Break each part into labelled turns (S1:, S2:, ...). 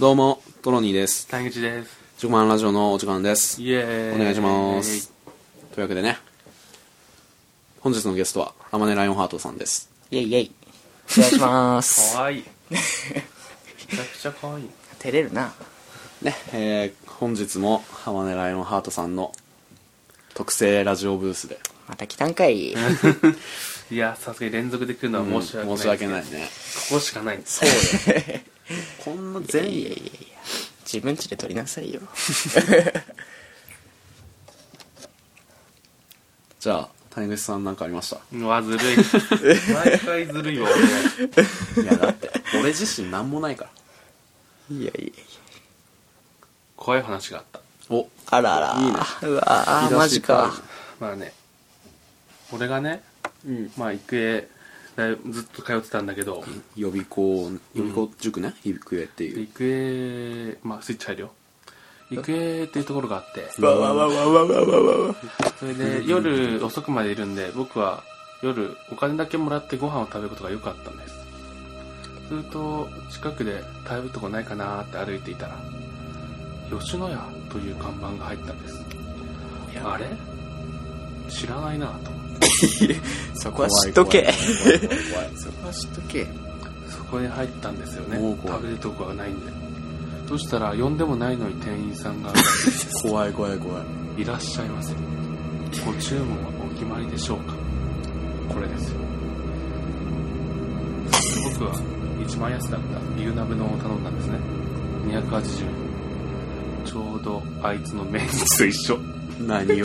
S1: どうも、トロニーです。
S2: 谷口です
S1: 直満ラジオのお時間です。
S2: イエーイ
S1: お願いします。というわけでね、本日のゲストは、天音ライオンハートさんです。
S3: イェイイェイ。お願いします。
S2: かわいいめちゃくちゃかわいい
S3: 照れるな。
S1: ね、えー本日も天音ライオンハートさんの特製ラジオブースで、
S3: また来たんかい。
S2: いやさすがに連続で来るのは申し訳ない、
S1: 申し訳ないね。
S2: ここしかないんです
S1: こんな全
S3: いやいやいや自分ちで撮りなさいよ。
S1: じゃあ、谷口さんなんかありました
S2: うわずる い毎回ずるいわ俺
S1: いや、だって、俺自身なんもないから。
S3: いやいやいや。
S2: 怖い話があった
S1: お、
S3: あらあら。
S1: いいね
S3: うわあ、マジか。
S2: まあね俺がね、まあ育英だいずっと通ってたんだけど
S1: 予備校、予備校塾ね、育英っていう。
S2: 育英まあスイッチ入るよ育英っていうところがあって
S3: わわわわわわわわわ。
S2: それで夜遅くまでいるんで僕は夜お金だけもらってご飯を食べることがよくあったんですすると近くで食べるとこないかなーって歩いていたら吉野家という看板が入ったんですあれ知らないなと思って
S3: そこは知っとけ。
S1: 怖い怖い怖い怖い
S3: そこは知っとけ。
S2: そこに入ったんですよね
S1: おう怖い
S2: 食べるとこがないんでそしたら呼んでもないのに店員さんが
S1: 怖い怖い怖い
S2: 「いらっしゃいませ」「ご注文はお決まりでしょうか」これですよ僕は一番安だった牛鍋のを頼んだんですね280円ちょうどあいつのメンチと一緒
S1: 何より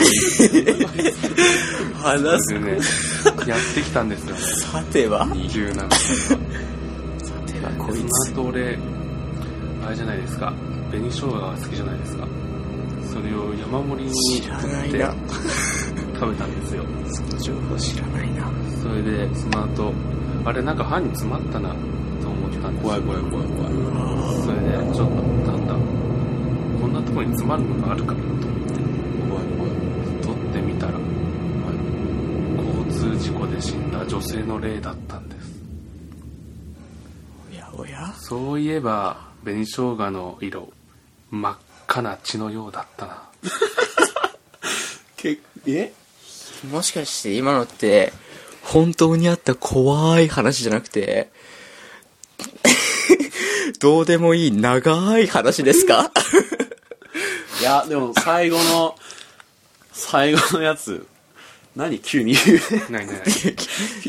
S3: 話。
S2: ですねやってきたんですよね
S3: さては。
S2: 牛鍋
S3: さてはこい
S2: そ
S3: つ。
S2: の後俺あれじゃないですか紅生姜が好きじゃないですかそれを山盛りに
S3: 知らないな。
S2: 食べたんですよ
S3: その情報知らないな。
S2: それでその後あれなんか歯に詰まったなと思ったんです
S1: 怖い怖い怖い怖い
S2: それでちょっとだんだんこんなところに詰まるのがあるかなと思って
S1: 怖い怖い
S2: 撮ってみたら、交通事故で死んだ女性の霊だったんです
S3: おやおや。
S2: そういえば紅生姜の色真っ赤な血のようだったな
S1: けえ
S3: もしかして今のって、本当にあった怖い話じゃなくて、 どうでもいい長い話ですか
S1: いやでも最後の最後のやつ何急に言う
S2: ない ないない
S1: 急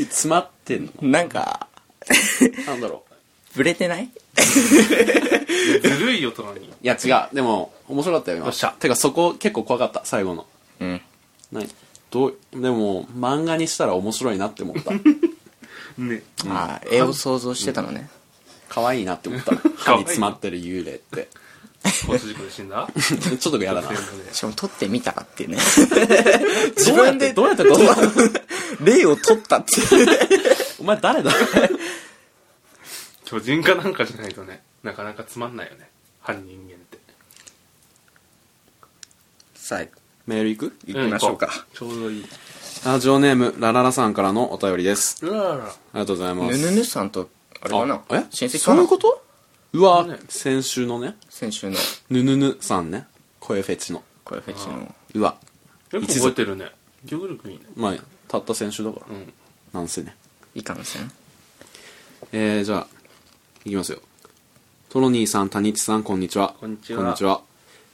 S1: に詰まってんの
S3: なんか、
S1: なんだろ
S3: ブレてない
S2: ずるい大人に
S1: ういや違うでも面白かったよ今
S2: よっしゃ
S1: てかそこ結構怖かった最後の
S3: うん。
S1: 何どうでも漫画にしたら面白いなって思った
S2: ね
S3: ああ、絵を想像してたのね。
S1: 可愛いなって思った歯に詰まってる幽霊って
S2: 交通事故で死んだ
S1: ちょっと嫌だな
S2: 女性
S3: しかも撮ってみたっていうね。
S1: 自分でどうやってどうやってどう
S3: 霊を撮ったって いう。
S1: お前誰だ
S2: 巨人かなんかじゃないとねなかなかつまんないよね犯人間って
S3: さあ、
S1: メール行く
S3: 行きましょうか。
S2: ちょうどいい
S1: ラジオネームラララさんからのお便りです
S2: うわら
S1: ありがとうございま
S3: ぬ
S1: す
S3: ぬぬさんと、あれかな
S1: あえ
S3: 親戚
S1: そう
S3: か
S1: いう
S3: な
S1: ことうわ
S2: ね
S1: 先週のね
S3: 先週の
S1: ぬぬぬさんね声フェチの
S3: 声フェチの。
S1: うわ
S2: よく覚えてるね記憶力いいね
S1: まあたった先週だから、
S2: うん
S1: なんせね
S3: いかんせん。
S1: えー、じゃあいきますよトロニーさん谷地さんこんにちは
S2: こんにちは
S1: は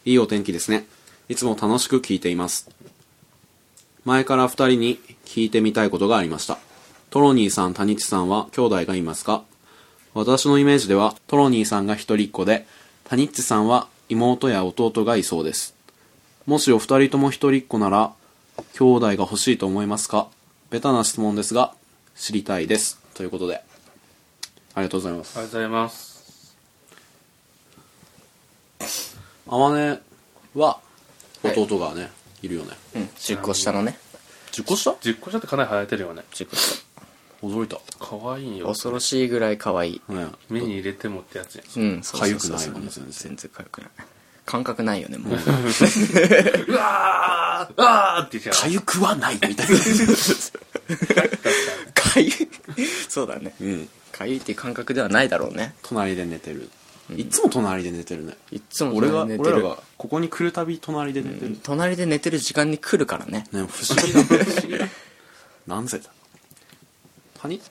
S1: いいお天気ですねいつも楽しく聞いています前から二人に聞いてみたいことがありましたトロニーさん谷地さんは兄弟がいますか私のイメージではトロニーさんが一人っ子で谷ッチさんは妹や弟がいそうですもしお二人とも一人っ子なら兄弟が欲しいと思いますかベタな質問ですが知りたいですということでありがとうございま
S2: ありがとう
S1: す
S2: ございます
S1: あまねは弟がね、い、るよね
S3: うん、10個下のね。
S1: 10個下
S2: 10個下ってかなり生えてるよね
S3: 10個下。
S1: 驚いた
S2: かわいいよ
S3: 恐ろしいぐらい可愛い。
S1: ね
S2: 目に入れてもってやつや
S3: うん、そうそう
S1: 痒く
S3: そう
S1: ない
S3: そう
S1: もんね全然
S3: 全然痒くない。感覚ないよね、もう。
S2: うわーあーって言っちゃ
S1: か
S2: う
S1: ゆくはないみ たいな
S3: かゆい。そうだね。
S1: うん
S3: かゆいっていう感覚ではないだろうね。
S1: 隣で寝てるいつも隣で寝てるね
S3: いっつも
S1: 俺が
S3: 隣で寝
S1: 俺
S3: て
S1: ら
S3: る
S1: がここに来るたび隣で寝てる、ね
S3: 隣で寝てる時間に来るからね
S1: 不思議だ不思議 だなんせだ谷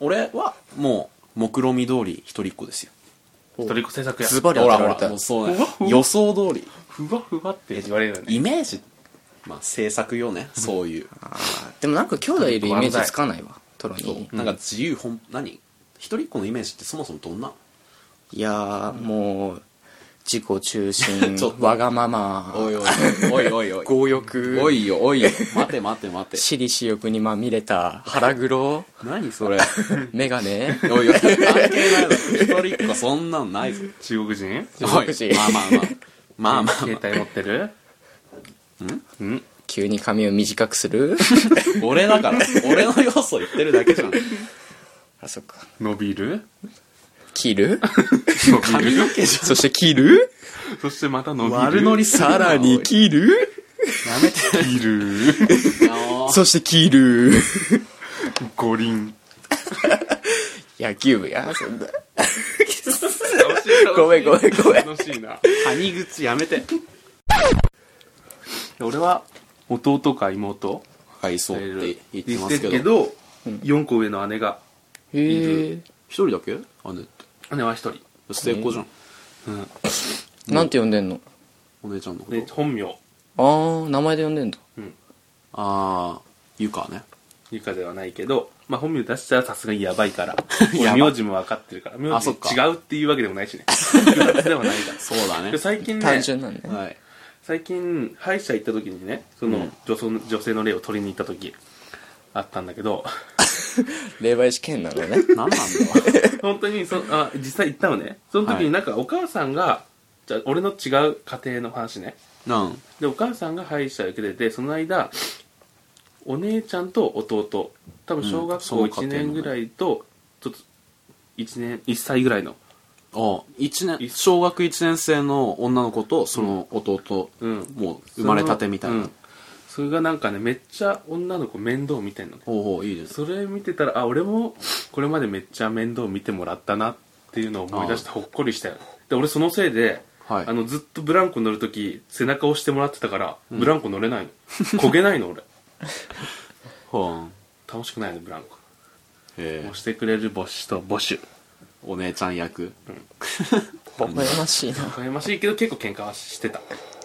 S1: 俺はもう目論見通り一人っ子ですよ
S2: 一人っ子制作や。
S3: ズバリ
S1: ほ
S3: 当
S1: ら
S3: て
S1: ほ
S3: ら
S1: ら
S3: れた
S1: もうそうね予想通り
S2: ふわふわって言われるよね。
S1: イメージまあ制作よねそういう
S3: でもなんか兄弟いるイメージつかないわトロニーに
S1: なんか自由本何一人っ子のイメージってそもそもどんない
S3: やーもう自己中 心
S1: ちょっと
S3: わがまま
S1: おいおいおいおいお い
S3: 強欲
S1: おいよおい よ待て待て待て
S3: 私利私欲にまみれた腹黒
S1: 何そ れ
S3: メガネ
S1: おいおい関係ないぞ一人っ子そんなんないぞ
S2: 中国人
S1: おい
S3: 中国人
S1: まあまあまあまあまあ、ま
S2: 携帯持ってるんん
S3: 急に髪を短くする
S1: あ、俺だから俺の要素言ってるだけじゃん
S3: あそっか
S2: 伸び る
S3: 切 る
S2: 伸び
S1: 髪
S2: る
S1: の毛じ
S3: そして切る
S2: そしてまた伸びる。
S1: 悪乗りするな
S3: さらに切る
S1: ゃんやめて
S2: いる。
S1: よ
S3: そして切る
S2: 五輪。
S3: 野球部やそんな
S2: ご
S3: ごめんごめんごめん
S2: 楽しいな。
S1: 谷口やめて
S2: 俺は、弟か妹
S1: はいそうって言ってますけど
S2: けど、4個上の姉が、
S3: へえ
S1: 一人だけ姉って
S2: 姉は1人。
S1: 末っ子じゃん、
S2: うん。
S3: なんて呼んでんの
S1: お姉ちゃんのこと、
S2: で、本名、
S3: ああ名前で呼んでんだ
S1: ああゆかね
S2: ゆかではないけど、まあ本名出したらさすがにやばいから。
S1: やば
S2: 俺名字も分かってるから。名
S1: あそっか
S2: 字違うっていうわけでもないしね。複雑ではないから。
S1: そうだね
S2: で最近ね、
S3: 単純なんだね
S1: はい
S2: 最近歯医者行った時にねその女性の,、女性の霊を取りに行った時あったんだ けど
S3: 霊媒師兼なのね
S1: 何なん だろ
S2: 本当にそあ実際行ったのねその時
S1: はい
S2: になんかお母さんが、じゃあ俺の違う家庭の話ね
S1: うなん
S2: でお母さんが歯医者受けててその間お姉ちゃんと弟多分小学校
S1: うんその家庭の
S2: 1年ぐらいと、ちょっと1年1歳ぐらいの
S1: あ一年小学1年生の女の子とその弟、
S2: うん
S1: もう生まれたてみたいな、
S2: そのうんそれがなんかねめっちゃ女の子面倒見てんのね
S1: ほうほういいです
S2: それ見てたらあ俺もこれまでめっちゃ面倒見てもらったなっていうのを思い出してほっこりしたよで俺そのせいで、
S1: はい
S2: あのずっとブランコ乗るとき背中押してもらってたから、ブランコ乗れないの焦げないの俺
S1: ほん
S2: 楽しくないのブランコ
S1: え
S2: 押してくれる母子と母手
S1: お姉ちゃん役
S3: 微笑ましい な
S2: 羨ましいけど結構喧嘩はしてた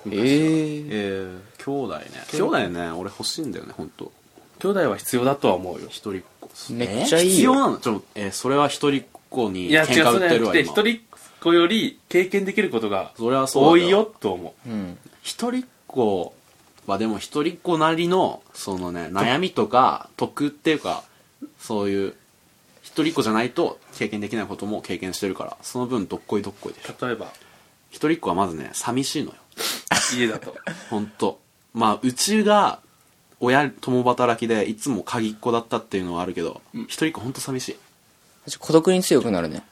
S3: ええ
S1: えー、兄弟ね兄弟ね俺欲しいんだよね本当
S2: 兄弟は必要だとは思うよ
S1: 一人っ子
S3: めっちゃいいよ
S1: 必要なのちょっと、えーそれは一人っ子に
S2: いや
S1: 喧
S2: 違う
S1: 嘩売って
S2: そうじゃな
S1: る
S2: く
S1: わ
S2: て
S1: 今
S2: 一人っ子より経験できることが
S1: そりゃそ
S2: 多
S1: うだよ
S2: いよと思う
S3: うん
S1: 一人っ子はでも一人っ子なりのそのね悩みとか得っていうかそういう一人っ子じゃないと経験できないことも経験してるからその分どっこいどっこいでしょ
S2: 例えば
S1: 一人っ子はまずね寂しいのよ
S2: 家だと
S1: ほんとまあうちが親共働きでいつも鍵っ子だったっていうのはあるけど、一人っ子ほんと寂しい
S3: 孤独に強くなるね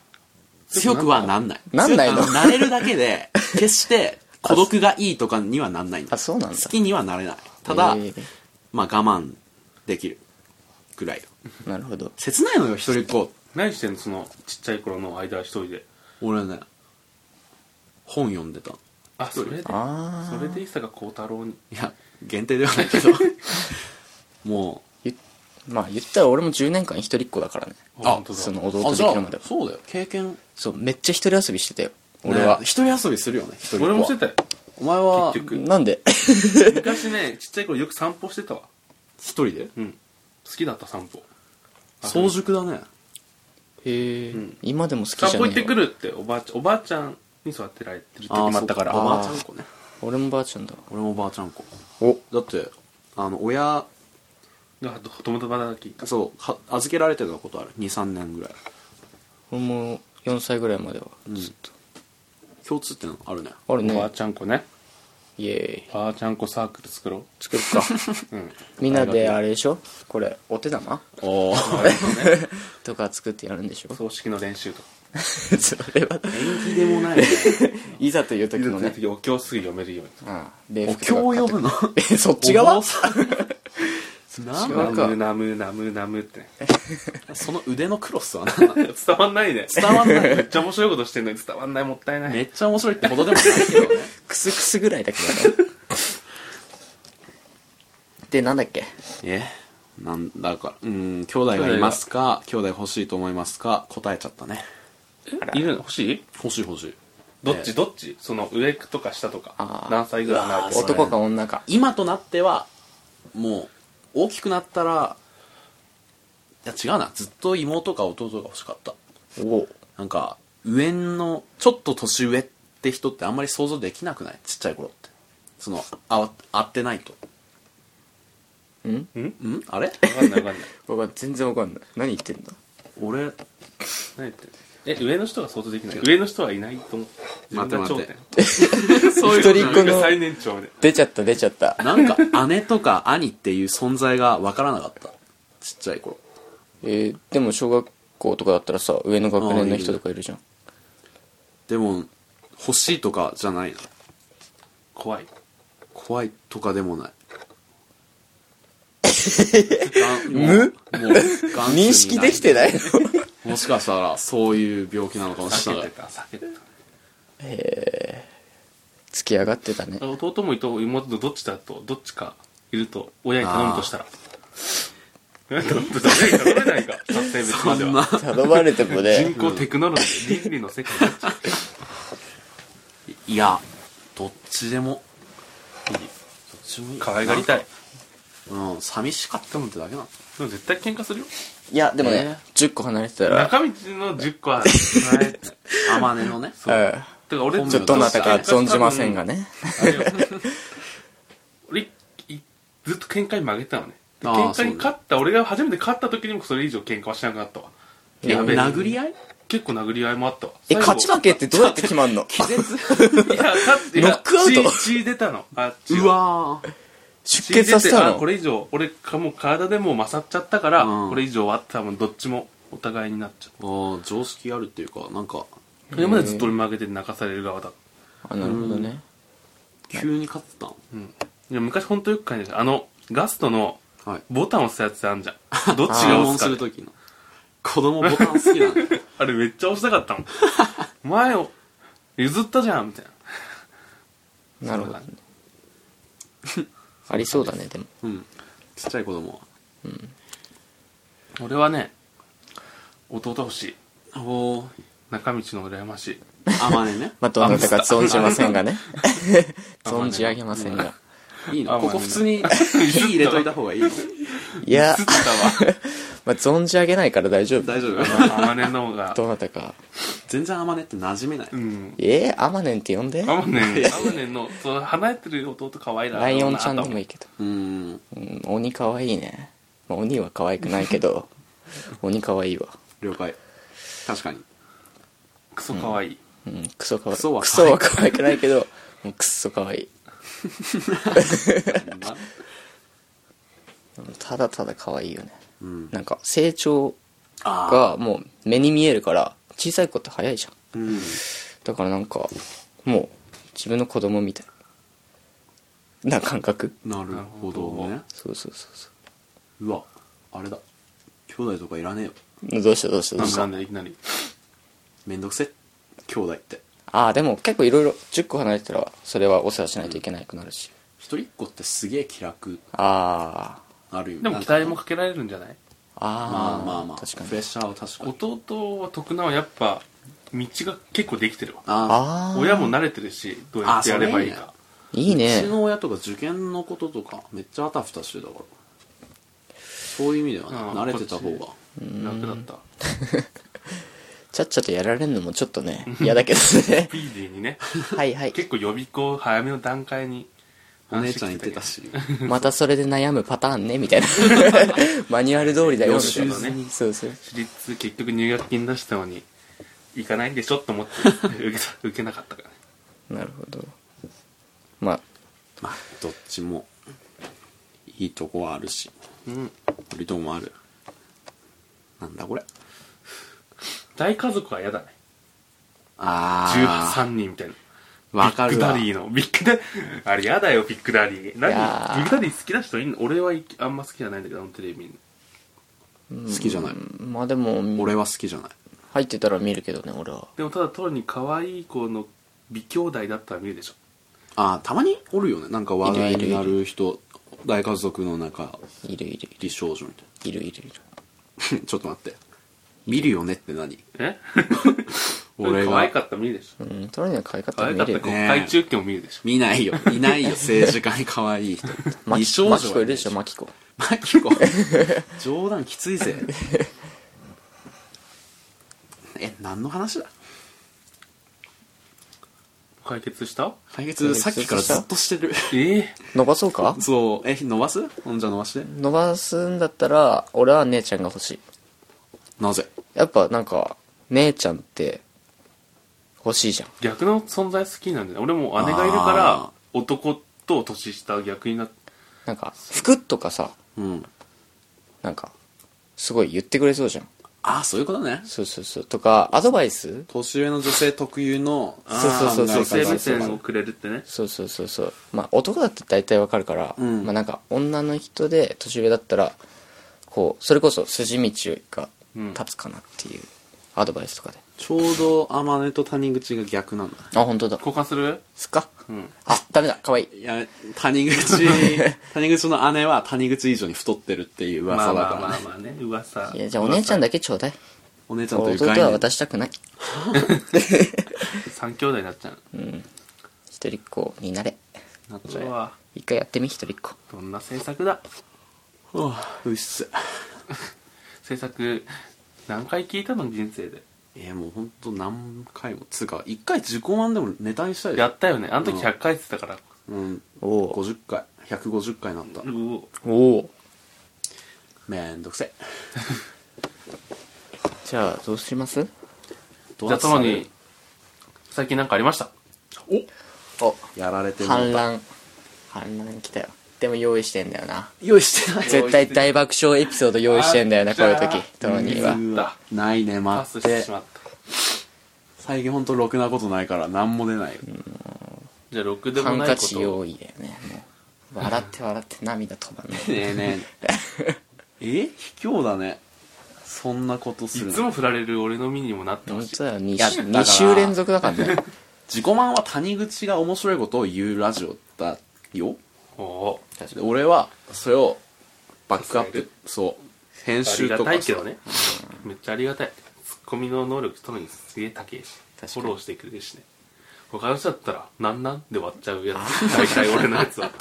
S1: 強くはなんない
S3: なんないの
S1: 強くはなれるだけ で決して孤独がいいとかにはなんないんだ
S3: あそうなんだ
S1: 好きにはなれないただ、
S3: えー
S1: まあ我慢できるぐらい
S3: なるほど
S1: 切ないのよ一人っ子
S2: 何してんのそのちっちゃい頃の間一人で
S1: 俺ね本読んでたい
S2: あそれで
S3: あ
S2: それで伊坂幸太郎に
S1: や限定ではないけ ども
S3: ゆまあ言ったら俺も10年間一人っ子だからね
S1: あ
S2: 本当だ
S3: その
S1: う
S3: 弟できるまでは
S1: そうだよ経験
S3: そうめっちゃ一人遊びしてたよ
S1: 俺
S3: 俺
S1: は
S3: は、
S1: 一人遊びするよね一人っ子は
S2: 俺もしてたよ
S1: お前は
S2: 結局
S3: なんで
S2: 昔ねちっちゃい頃よく散歩してたわ
S1: 一人で
S2: うん好きだった散歩
S1: 早熟だね
S3: へえ今でも好きじゃ
S2: 散
S3: ね
S2: 歩
S3: え
S2: 行
S3: よ
S2: ってくるっておばあちゃんおばあちゃんに育てられてる時
S1: あ
S2: もあったから
S1: そうおばあち
S2: あ
S1: ゃん子ね
S3: 俺もばあちゃんだ
S1: 俺もおばあちゃん子
S3: お
S1: だってあの親
S2: が友達働き
S1: そうは預けられてたことある23年ぐらい
S3: 俺も4歳ぐらいまではずっと、
S1: 共通点あるね
S3: ある
S2: おばあ
S3: ね
S2: ちゃん子ね
S3: イエーイ
S2: おばあちゃん子サークル作ろう
S3: 作るか
S2: うん
S3: みんなであれでしょこれお手玉
S1: おお
S3: とか作ってやるんでしょ
S2: 葬式の練習とか
S3: それは
S1: 縁起でもないね
S3: いざという時のね
S2: お経すぐ読めるように
S3: ああ礼
S1: お
S3: 服と か
S1: 経を
S3: 買って
S1: 読むの
S3: えそっち側
S1: お坊さん
S2: ナ
S3: 違うか
S2: ムナムナムナムってね
S1: その腕のクロスは何なの
S2: 伝わんないね
S1: 伝わんない
S2: めっちゃ面白いことしてんのに伝わんないもったい ない
S1: めっちゃ面白いってほどでもないけどね
S3: クスクスぐらいだけど ねでなんだっけ
S1: えなんだかうん兄弟がいますか兄弟欲しいと思いますか答えちゃったね
S2: いるの欲しい
S1: 欲しい欲しい
S2: どっちどっちその上とか下とか
S3: あー
S2: 何歳ぐらいになる
S1: うわ
S2: と
S1: ー
S2: か
S3: 男か女か
S1: 今となってはもう大きくなったらいや違うなずっと妹か弟が欲しかった
S3: おお
S1: なんか上のちょっと年上って人ってあんまり想像できなくないちっちゃい頃ってそのあ会ってないと
S3: ん
S1: んあれ
S2: わかんないわかんない
S3: 僕は全然わかんない何言ってんだ
S1: 俺
S2: 何言ってんのえ上の人が想像できない上の人はいないと思う
S1: 待って待って
S2: 点そういう
S3: 一人っ子の
S2: 最年長で
S3: 出ちゃった出ちゃった
S1: なんか姉とか兄っていう存在が分からなかったちっちゃい頃
S3: えーでも小学校とかだったらさ上の学年の人とかいるじゃん
S1: でも欲しいとかじゃないな
S2: 怖い
S1: 怖いとかでも ない
S3: 無認
S1: 認
S3: 識できてないの
S1: もしかしたらそういう病気なのかもしれ
S2: 避
S1: な
S2: け
S1: い
S2: てた避けて
S3: 付き上がってたね
S2: た弟もいと妹とどっちだとどっちかいると親に頼むとしたらどっちだ頼めないか達成別まで
S1: そん
S2: は
S1: な
S3: 頼まれても
S2: 人
S3: ね
S2: 工テクノロジー倫理の世界になっちゃう
S1: いやどっちでもどっちもいい
S2: 可愛がりたい
S1: うん寂しかったのってだけなの
S2: でも絶対喧嘩するよ
S3: いやでもね、
S1: え
S3: 10個離れてたら
S2: 中道の10個は離れてない
S1: 天音 のね
S3: うん
S2: てか
S1: ち
S2: 俺
S1: ょっと
S3: ちょっとどなたか存じませんがね
S2: あれよ俺いずっと喧嘩に負けてたのねで
S1: あー
S2: 喧嘩に勝った俺が初めて勝った時にもそれ以上喧嘩はしなくなったわ
S1: いや
S2: やべえ
S1: 殴り合い
S2: 結構殴り合いもあったわ
S3: え勝ち負けってどうやって決まんの
S2: けいや勝っていや
S3: ノックアウト
S2: 血血出たのあ血
S1: うわー
S3: 出
S2: 血
S3: 血
S2: 出
S3: させ
S2: て
S3: た
S2: あ
S3: の
S2: これ以上俺かもう体でもう勝っちゃったから、
S1: うん
S2: これ以上は多分どっちもお互いになっちゃ
S1: あー常識あるっていうかなんか
S2: うそれまでずっと俺負けて泣かされる側だった
S3: あなるほどね
S1: 急に勝ってたの
S2: うんいや昔本当よく感じたあのガストの
S1: はい
S2: ボタン押すやつあんじゃんどっち
S1: 注
S2: が押
S1: 文す
S2: すかっ
S1: る
S2: て
S1: ときの子供ボタン好き なの
S2: あれめっちゃ押したかったもん前を譲ったじゃんみたいな
S3: なるほどねありそうだねでも
S1: うんちっちゃい子供は
S2: 俺はね弟欲しい
S1: おー
S2: 中道の羨ましい
S1: 天音 ね
S3: まあどなたか存じませんが ね存じ上げませんが
S1: いい
S2: あ
S1: のこ
S2: ま
S1: こ
S2: あ
S1: 普通 に火入れといた方がいいの
S3: いや
S2: 映ったわ
S3: まあ存じ上げないから大丈夫
S1: 大丈夫
S2: あまねの方 が
S3: どなたか
S1: 全然天音って馴染めない
S2: うん
S3: えー、アマネンって呼んで
S2: あまねあまねのその離れてる弟可愛いな
S3: ライオンちゃんでもいいけど、
S1: うん
S3: うん、鬼かわいいね、まあ、鬼は可愛くないけ ど鬼かわいいわ
S1: 了解確かに
S2: クソ可愛い
S3: うんクソかわいい
S1: クソは可愛い
S3: クソは可愛くないけどもうクッソかわいいうんただただ可愛いよね、
S1: ん
S3: なんか成長
S1: あ
S3: がもう目に見えるから小さい子って早いじゃん
S1: あうん
S3: だからなんかもう自分の子供みたいな感覚
S1: なるほど
S2: な
S1: ね
S2: る
S3: そうそうそうそう
S1: わあれだ兄弟とかいらねえよ
S3: うどうしたどうしたど
S2: な
S3: うんし
S2: かな
S3: た
S2: んでいきなり
S1: めんどくせ兄弟って
S3: ああでも結構いろいろ10個離れてたらそれはお世話しないといけなくなるし、
S1: 一人っ子ってすげえ気楽
S3: あ
S1: あるよ
S2: でも期待もかけられるんじゃない
S3: ああ
S1: まあまあまあ
S3: 確か
S1: プレッ
S3: に
S1: シャーは確かに
S2: 弟は徳永はやっぱ道が結構できてるわ
S1: あ
S3: ああ
S2: 親も慣れてるしどうやってやればいい
S1: あそれいいね
S2: か
S3: いい
S1: う
S3: ね
S1: ちの親とか受験のこととかめっちゃあたふたしてたからそういう意味ではね
S2: あー
S1: 慣れてた方が
S2: こ楽だった
S3: ちゃっちゃとやられるのもちょっとね 嫌だけどね
S2: スピーディーにね
S3: はいはい
S2: 結構予備校早めの段階に
S1: お姉ちゃん言ってたし
S3: またそれで悩むパターンねみたいなマニュアル通りだよみたい
S2: 予習
S3: な
S2: 済み
S3: そうそう
S2: 私立結局入学金出したのに行かないんでしょと思って受けた受けなかったからね
S3: なるほどまあ
S1: まあどっちもいいとこはあるし
S2: うん
S1: 悪いとこもあるなんだこれ
S2: 大家族は嫌だね
S1: ああ
S2: 13人みたいな
S1: わかる
S2: ビッグ
S1: わ
S2: ダディの。ビッグダディ、あれやだよ、ビッグダディ。何
S3: いやー
S2: ビッグダディ好きな人いんの俺はいあんま好きじゃないんだけど、あのテレビに。
S1: 好きじゃない
S3: まあでも
S1: 俺は好きじゃない
S3: 入ってたら見るけどね俺は
S2: でもただ、トロに可愛い子の美兄弟だったら見るでしょ。
S1: ああたまにおるよねなんか話題になる人大家族の中
S3: いるいるい
S1: 立少女みたい
S3: るいるいるいる
S1: な ちょっと待って見るよねって何
S2: え
S1: 俺
S2: 可愛
S1: が
S2: かったら見るでしょ。
S3: うんトロニーの買い
S2: 可
S3: 方
S2: 愛
S3: 見
S2: かった
S3: れ
S2: ら
S3: る
S2: 国
S3: よ
S1: ね
S2: 会中継も見るでしょ。
S1: 見ないよいない よ政治家に可愛い人
S3: マ
S1: 立
S3: キマキ
S1: はい
S3: コる
S1: ね
S3: でしょマキコ
S1: マキコ 冗談きついぜえ何の話だ
S2: 解決した
S1: 解決さっきからずっとしてる
S2: ええ
S3: 伸ばそうか
S1: そうえ伸ばすほんじゃ伸ばして
S3: 伸ばすんだったら俺は姉ちゃんが欲しい
S1: なぜ
S3: やっぱなんか姉ちゃんって欲しいじゃん
S2: 逆の存在好きなんだよね。俺も姉がいるか
S1: あ
S2: ら、男と年下逆になって。
S3: なんか服とかさ
S1: うん
S3: なんかすごい言ってくれそうじゃん
S1: ああそういうことね
S3: そうそうそうとかアドバイス
S1: 年上の女性特有の
S2: あ
S3: そうそう
S2: ー
S3: そ
S1: 考え
S2: 女
S3: うそう
S2: 性
S1: 方
S2: 目線をくれるってね。
S3: そうそうそうそうまあ男だって大体わかるから、
S1: うん
S3: まあなんか女の人で年上だったらこうそれこそ筋道が立つかなっていうアドバイスとかで、
S1: ちょうど天音と谷口が逆なんだ
S3: あ本当だ
S2: 交換する
S3: すっか
S2: うん。
S3: あダメだかわいい
S1: いや 谷口谷口の姉は谷口以上に太ってるっていう
S2: ま
S1: 噂
S2: あ
S1: だか
S2: まあ
S1: ら、ね
S2: まあまあね、噂。
S3: いやじゃあお姉ちゃん
S2: だ。
S3: だけちょうだい
S1: お姉ちゃんという
S3: 弟
S1: 概
S3: は
S1: 念
S3: 渡したくない
S2: 三兄弟になっちゃう。
S3: 一人っ子になれ
S1: なっち
S2: そ
S1: ゃ
S2: れ
S1: う
S2: は、
S3: 一回やってみ一人っ子
S2: どんな制作だ
S1: はあうっす
S2: 制作、何回聞いたの人生で。
S1: えー、もうほんと何回もつうか一回自己満でもネタにしたいで
S2: やったよね。あの時100回って言ってたから。
S1: うん
S3: おお
S1: 50回150回なった
S2: うお
S3: おお
S1: めんどくせえ
S3: じゃあどうします
S1: ど
S2: じゃあ、トロ
S1: う
S2: に、最近なんかありました
S3: お
S1: やられてる
S3: 反乱反乱来たよでも用意してんだよな
S1: 用意してない
S3: 絶対大爆笑エピソード用意してんだよな
S2: あ
S3: こういう
S2: じゃ
S3: 時
S2: あ
S3: トロニーは
S1: うわないね
S2: パ
S1: 待
S2: ス
S1: っ
S2: して
S1: て
S2: しまった。
S1: 最近ほんとろくなことないから何も出ないよ、
S2: じゃあ、6で
S3: ハ
S2: も
S3: ン
S2: ない
S3: カ
S2: こ
S3: チ
S2: と。
S3: 用意だよねもう笑って笑って涙止まんない
S1: ねえね ええ卑怯だねそんなことす
S2: い
S1: る
S2: つ
S1: の
S2: も振られる俺の身にもなってほ
S3: 本
S2: しい。
S3: 当だよ
S1: やだから
S3: 2, 二週連続だからね
S1: 自己満は谷口が面白いことを言うラジオだよ
S2: おお
S1: で俺はそれをバックアップそう編
S2: ー。あり
S1: 集
S2: が
S1: とか
S2: たいけどね。めっちゃありがたい。ツッコミの能力、トロニーすげえ高えし。フ
S3: 確か
S2: ォ
S3: に
S2: ローしてくれるしね。他の人だったら、なんなんで終わっちゃうやつ。大体俺のや つは。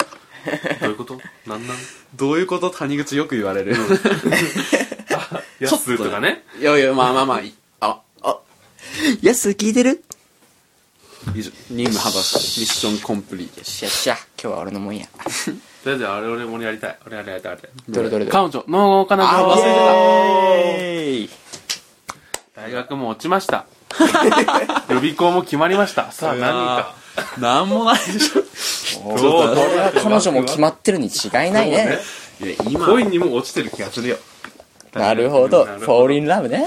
S2: どういうことなんなん
S1: どういうこと谷口よく言われ る
S2: やつとかね。
S1: いやいやまあまあまあいああ
S3: ヤス聞いてるよ
S1: 以上任務果たしミッションコンプリート
S3: っしゃよっしゃ今日は俺のもんや
S2: とりあえず、あれ俺もやりたい。俺あれやりたい、あれ。
S3: どれどれどれ
S2: 彼女、の彼女
S1: あ忘れてた
S3: れて
S2: 大学も落ちま した。予備校も決まりました。さあ、何か。
S1: なんもないでし
S3: た
S1: ょ
S2: どうどう
S3: 俺は彼女も決まってるに違いないね
S1: いや今
S2: 恋にも落ちてる気がするよ。
S3: なるほど
S2: なる
S3: フ
S2: ほど
S3: ォーリンラブね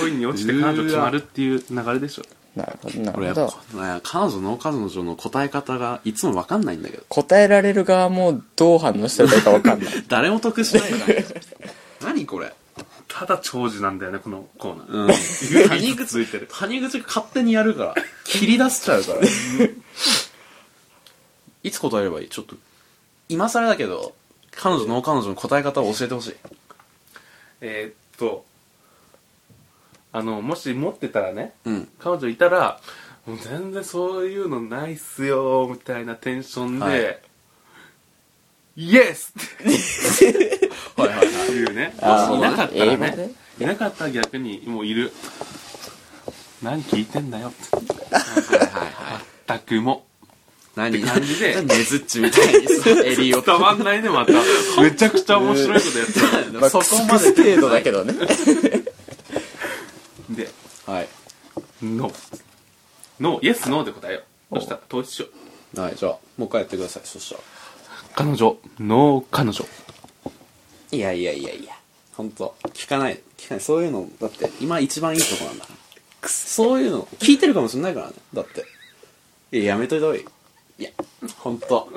S2: 恋に落ちて彼女決まるっていう流れでしょ。
S3: なるほどな
S1: 俺や
S3: るほ
S1: っぱ
S3: ど
S1: ね彼女の彼女の答え方がいつもわかんないんだけど
S3: 答えられる側もどう反応したらいいか分かんない
S1: 誰も得しないじゃん 何これ
S2: ただ長寿なんだよね、このコーナー。
S1: うん谷
S2: つい
S1: 口
S2: てる
S1: 谷口が勝手にやるから切り出しちゃうからいつ答えればいいちょっと今更だけど彼女の彼女の答え方を教えてほしい
S2: えーっと、あの、もし持ってたらね、
S1: うん
S2: 彼女いたら、もう全然そういうのないっすよ、みたいなテンションで、
S1: はい
S2: イエ スっ
S1: はいはいはい
S2: ていうね。
S3: あー
S2: もしいなかったら
S3: 英語で
S2: ね、いなかったら逆にもういる。何聞いてんだよって。
S1: はいはい
S2: 全くも。
S1: 何
S2: って感じで
S1: ネズッチみたいにさ襟を
S2: 伝わんないね、また。めちゃくちゃ面白いことやってる。
S3: ま あ
S1: そこ ま
S3: クスクス
S1: で
S3: 程度だけどね
S2: で、
S1: はい
S2: ノー。ノー、イエス、ノーで答えよう。そしたら、統一しよう。
S1: はいじゃあもう一回やってくださいそしたら
S2: 彼女、ノー彼女。
S1: いやいやいやいや本当聞かない聞かないそういうのだって今一番いいとこなんだからそういうの聞いてるかもしれないからねだっていや、やめといた方がいい。いや、ほんと。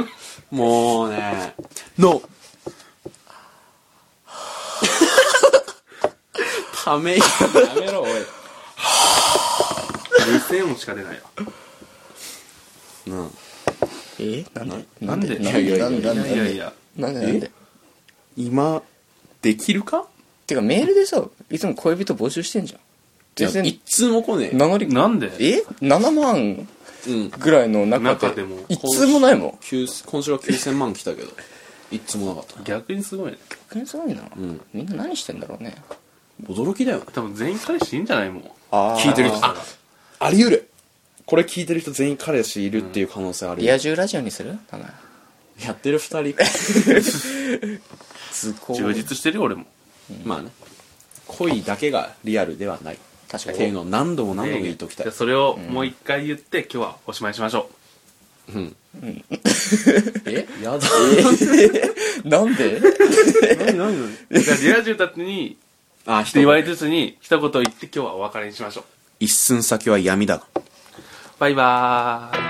S1: もうね、ノーため息やめろ、おい。
S2: 2000円もしか出ないわ。
S1: うん。
S3: えなんで
S2: なんで
S3: いやいやいや
S4: なん
S3: い
S4: で
S3: や
S2: いやいやいや。
S3: なんでなんで
S1: え今、できるか
S3: てかメールでさいつも恋人募集してんじゃん全
S1: いや一通
S3: 然
S1: も来ねえ。
S3: 名乗り
S2: なんで
S3: え7万
S1: うん。
S3: ぐらいの中
S2: 中
S3: で
S2: でも
S3: 一通もないもん
S1: 九今週は9000万来たけど、一通もなかったね。
S2: 逆にすごいね。
S3: 逆にすごいな、
S1: ん
S3: みんな何してんだろうね
S1: 驚きだよね。
S2: 多分全員彼氏いいんじゃないもん。
S3: あ
S1: 聞いてる人
S2: あ
S1: あり得る。これ聞いてる人全員彼氏いるっていう可能性ある
S3: リア充ラジオにする名前
S1: やってる二人。
S3: 図工
S2: 充実してるよ、俺も。
S1: まあね。恋だけがリアルではない。
S3: 確か
S1: っ
S3: に
S1: ていうのを何度も何度も言っときたい
S2: じゃあ。それをもう一回言って、今日はおしまいしましょ
S1: えやだ。
S3: なんで
S2: う。何何何じゃあリア充たちに、って
S1: あ、
S2: 言
S1: 人
S2: わ
S1: は
S2: れつつに、一言言って今日はお別れにしましょう。
S1: 一寸先は闇だ。
S2: バイバーイ。